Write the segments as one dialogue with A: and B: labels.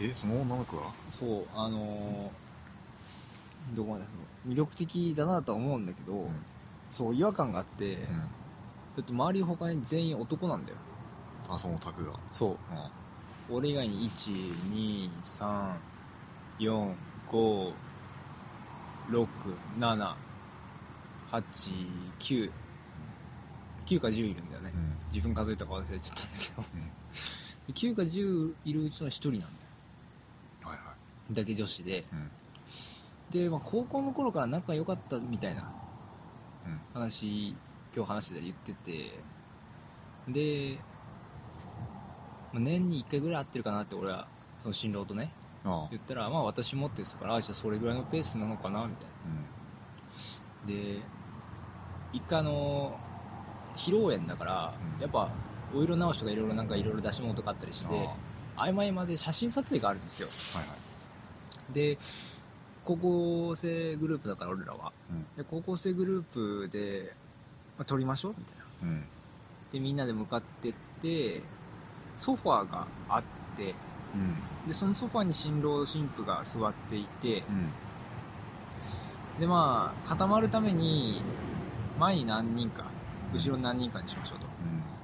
A: えその女の子が
B: そうあのーどこまでその魅力的だなとは思うんだけど、
A: うん
B: そう違和感があって、
A: う
B: だ
A: ん
B: って周り他に全員男なんだよ
A: あそのタクが
B: そう
A: うん
B: 俺以外に123456789か10いるんだよね、
A: うん
B: 自分数えたか忘れちゃったんだけど
A: うん
B: 9か10いるうちの1人なんだよ
A: はいはい
B: だけ女子で
A: うん
B: で、まあ、高校の頃から仲良かったみたいな
A: うん
B: 話今日話してたり言っててで、まあ、年に1回ぐらい会ってるかなって俺はその新郎とね
A: ああ
B: 言ったらまあ私もって言ってたからあじゃあそれぐらいのペースなのかなみたいなで一回あの披露宴だから、
A: うん
B: やっぱお色直しとかいろいろなんかいろいろ出し物とかあったりし
A: あ
B: て合間合間で写真撮影があるんですよ
A: あはいはい
B: で高校生グループだから俺らは
A: うん
B: で高校生グループで、まあ撮りましょうみたいな
A: うん
B: でみんなで向かってってソファーがあって
A: うん
B: でそのソファーに新郎新婦が座っていて、
A: うん
B: でまあ固まるために前に何人か後ろに何人かにしましょうと
A: うん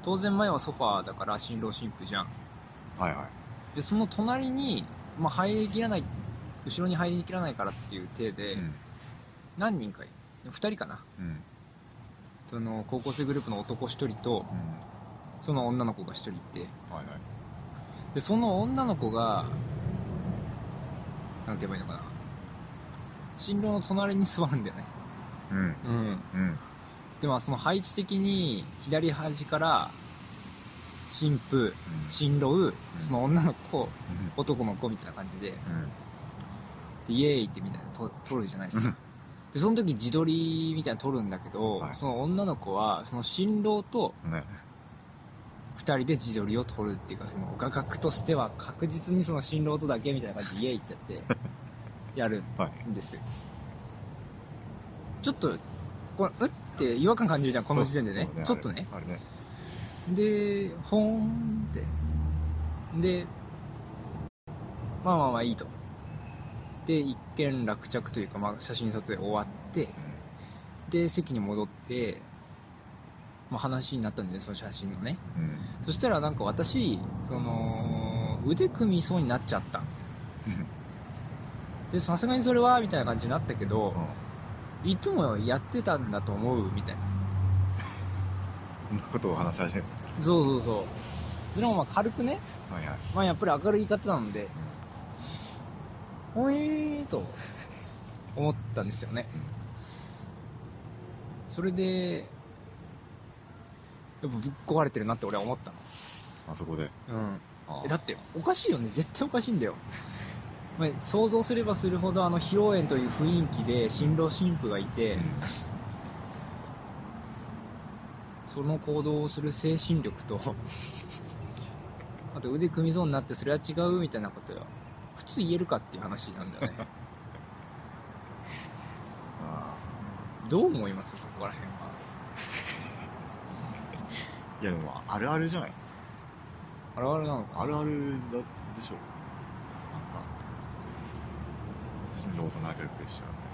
B: 当然前はソファーだから新郎新婦じゃん
A: はいはい
B: でその隣に、まあ、入りきらない後ろに入りきらないからっていう体で、
A: うん
B: 何人かい2人かな
A: うん
B: その高校生グループの男1人と
A: うん
B: その女の子が1人いて
A: はいはい
B: でその女の子がなんて言えばいいのかな新郎の隣に座るんだよね
A: うん
B: うん
A: うん
B: でまあその配置的に左端から新婦
A: うん
B: 新郎その女の子
A: うん
B: 男の子みたいな感じでで
A: うん
B: イエーイってみたいなのと撮るじゃないですかでその時自撮りみたいなの撮るんだけど、
A: はい
B: その女の子はその新郎と
A: うん ね
B: 2人で自撮りを撮るっていうかその画角としては確実にその新郎とだけみたいな感じでイエーイってやって やる
A: はい
B: んですよちょっとこれうって違和感感じるじゃんこの時点でねち
A: そ
B: ょ
A: う
B: っとね
A: あれあれね
B: でほーんってでまあまあまあいいとで一件落着というか、まあ、写真撮影終わってで席に戻って、まあ、話になったんでねその写真のね
A: うん
B: そしたらなんか私その腕組みそうになっちゃったみたいなでさすがにそれはみたいな感じになったけど
A: うん
B: いつもやってたんだと思うみたいな
A: こんなことを話し始めた
B: そうそうそうそれもまあ軽くね
A: はいはい
B: まあやっぱり明るい方なので、ほえーと思ったんですよね。それで、やっぱぶっ壊れてるなって俺は思った
A: あそこで
B: の。うん。
A: あ
B: えだっておかしいよね。絶対おかしいんだよ。 まあ想像すればするほどあの披露宴という雰囲気で新郎新婦がいて、その行動をする精神力と あと腕組みそうになってそれは違うみたいなことよ普通言えるかっていう話なんだよね
A: あ
B: どう思いますそこら辺は
A: ーいやでもあるあるじゃない
B: あらあらなのかな
A: あるあるだでしょなんか新郎と仲良くしちゃうんだよ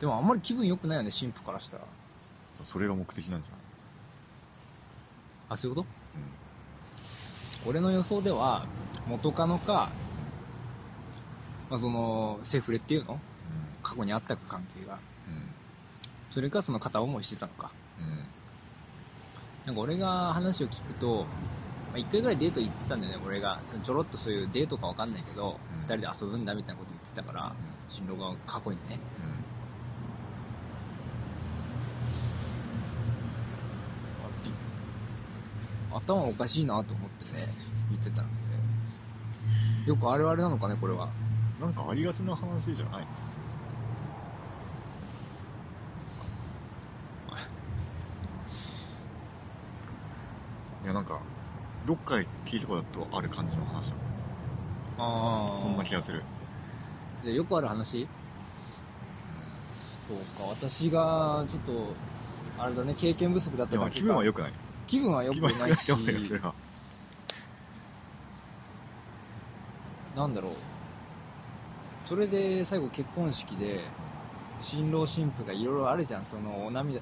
B: でもあんまり気分良くないよね新婦からしたら
A: それが目的なんじゃ
B: あそういうこ
A: ない
B: と俺の予想では元カノか、まあ、そのセフレっていうの過去にあったか関係がそれかその片思いしてたのか
A: うんうんうん
B: なんか俺が話を聞くと、まあ、1回ぐらいデート行ってたんだよね、俺が。ちょろっとそういうデートかわかんないけど、
A: うん
B: 2人で遊ぶんだみたいなこと言ってたから、新郎が過去にね。あびっ頭おかしいなと思ってね、見てたんですね。よくあるあるなのかね、これは。
A: うんなんかありがちな話じゃないいやなんかどっかで聞いたことある感じの話だ
B: あ
A: そんな気がする
B: じゃあよくある話そうか、私がちょっと、あれだね、経験不足だった
A: で
B: だ
A: も
B: けか
A: 気分は良くない
B: 気分は良
A: 気
B: く
A: 分は
B: ないし
A: 良くないそれは
B: なんだろうそれで最後結婚式で新郎新婦がいろいろあるじゃんそのお涙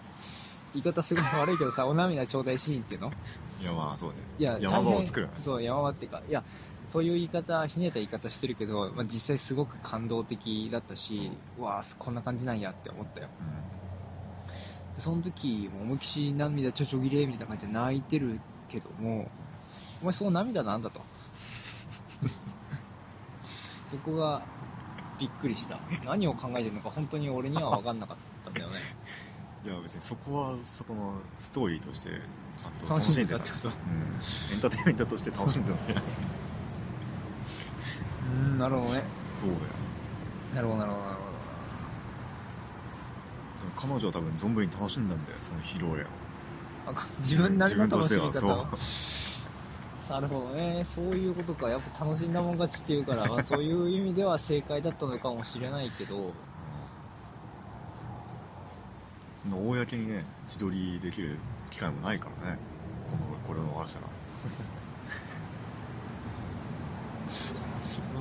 B: 言い方すごい悪いけどさお涙頂戴シーンっていうの
A: いやまあそうね
B: いや
A: 山場
B: 大
A: を
B: 変
A: 作るね
B: そう山場っていうかいやそういう言い方ひねった言い方してるけど、まあ、実際すごく感動的だったし、うわあこんな感じなんやって思ったよでその時もう思いっきり涙ちょちょぎれみたいな感じで泣いてるけどもお前その涙なんだと そこがびっくりした何を考えてるのか本当に俺には分かんなかったんだよね
A: うん、いや別にそこはそこのストーリーとしてちゃんと
B: 楽
A: 楽
B: し
A: し
B: ん
A: ん
B: で
A: で
B: た
A: た
B: ってこと
A: うんエンターテインメントとして楽しんでたんだよ
B: うんなるほどね
A: そうだよ
B: なるほどなるほどなるほ
A: でも彼女は多分存分に楽しんだんだよその披露宴を
B: どあか自分なりの楽し
A: 自
B: み
A: 分として
B: 方を
A: はそ
B: なるほどねそういうことかやっぱ楽しんだもん勝ちっていうから、まあ、そういう意味では正解だったのかもしれないけど
A: うその公にね自撮りできる機会もないからねこのこれを終わらせたら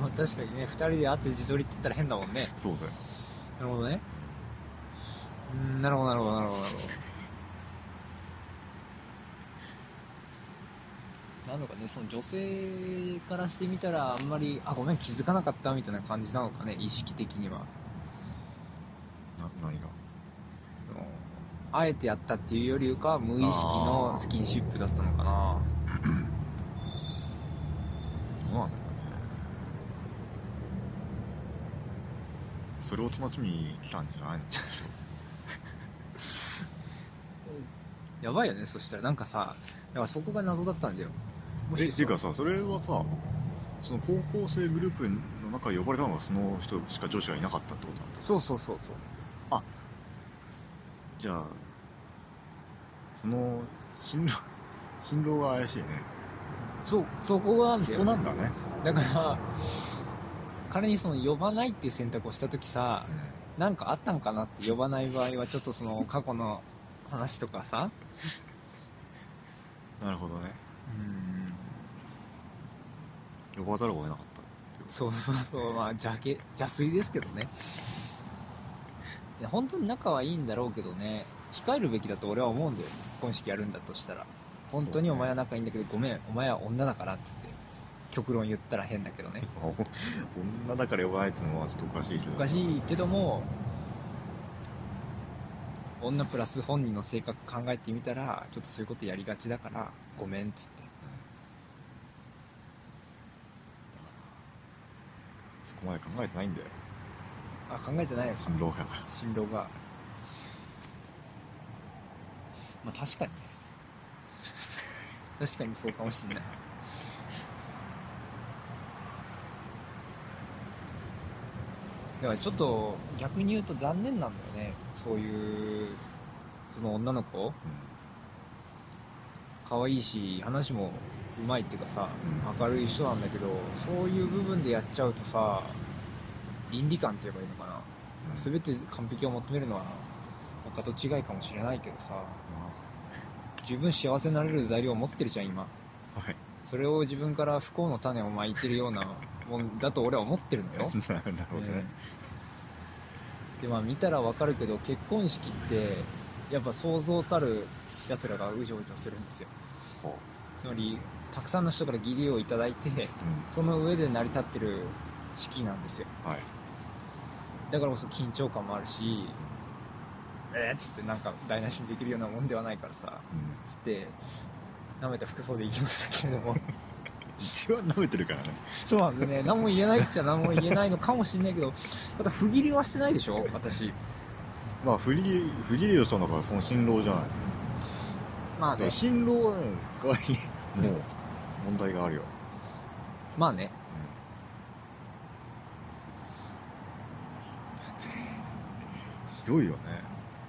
B: まあ確かにね2人で会って自撮りって言ったら変だもんね
A: そうだよ
B: なるほどねうーんなるほどなるほどなるほどなるほどなのかねその女性からしてみたらあんまりあごめん気づかなかったみたいな感じなのかね意識的には
A: な何が
B: そのあえてやったっていうよりかは無意識のスキンシップだったのかな
A: どうなんだろうねそれを楽しみに来たんじゃないの
B: やばいよねそしたらなんかさだからそこが謎だったんだよも
A: え
B: し
A: っていうかさそれはさその高校生グループの中に呼ばれたのがその人しか女子がいなかったってことなんだ
B: そうそうそうそう
A: じゃあその新郎 新郎が怪しいね
B: そうそこがなん
A: そ
B: だよ
A: こなんだね、
B: だから仮にその呼ばないっていう選択をした時さなんかあったんかなって呼ばない場合はちょっとその過去の話とかさ
A: なるほどね
B: うん
A: 呼ばざるを得なかったっていう
B: そうそうそうまあ邪気邪推ですけどねいや本当に仲はいいんだろうけどね控えるべきだと俺は思うんだよ結婚式やるんだとしたら本当にお前は仲いいんだけどごめんお前は女だからっつって極論言ったら変だけどね
A: 女だから呼ばないっていうのはちょっとおかしいけど
B: おか
A: い
B: しいけども女プラス本人の性格考えてみたらちょっとそういうことやりがちだからごめんっつって
A: そこまで考えてないんだよ
B: あ考えてないよ
A: 新郎が
B: 新郎がまあ確かにね 確かにそうかもしんないだからちょっと逆に言うと残念なんだよねそういうその女の子可愛いし話もうまいっていうかさ
A: う
B: 明るい人なんだけどそういう部分でやっちゃうとさ倫理観って言えばいいのかな
A: うん
B: 全て完璧を求めるのは他と違いかもしれないけどさ十分幸せになれる材料を持ってるじゃん今
A: あはい
B: それを自分から不幸の種をまいてるようなもんだと俺は思ってるのよ
A: ななるほどね、
B: うんでまあ見たらわかるけど結婚式ってやっぱ想像たるやつらがうじょうじょするんですよ
A: こ
B: つまりたくさんの人から義理をいただいて
A: ううん
B: その上で成り立ってる式なんですよ
A: はい
B: だからこそ緊張感もあるしえーっつってなんか台無しにできるようなもんではないからさ
A: うん
B: つって舐めた服装で行きましたけれども
A: 一番舐めてるからね
B: そうなんですね何も言えないっちゃ何も言えないのかもしれないけどただ不義理はしてないでしょ私
A: まあ不利不利をしたんだからその新郎じゃない
B: まあ
A: だか
B: ね
A: ら新郎はねがいい もう問題があるよ、
B: まあね
A: ひどいよね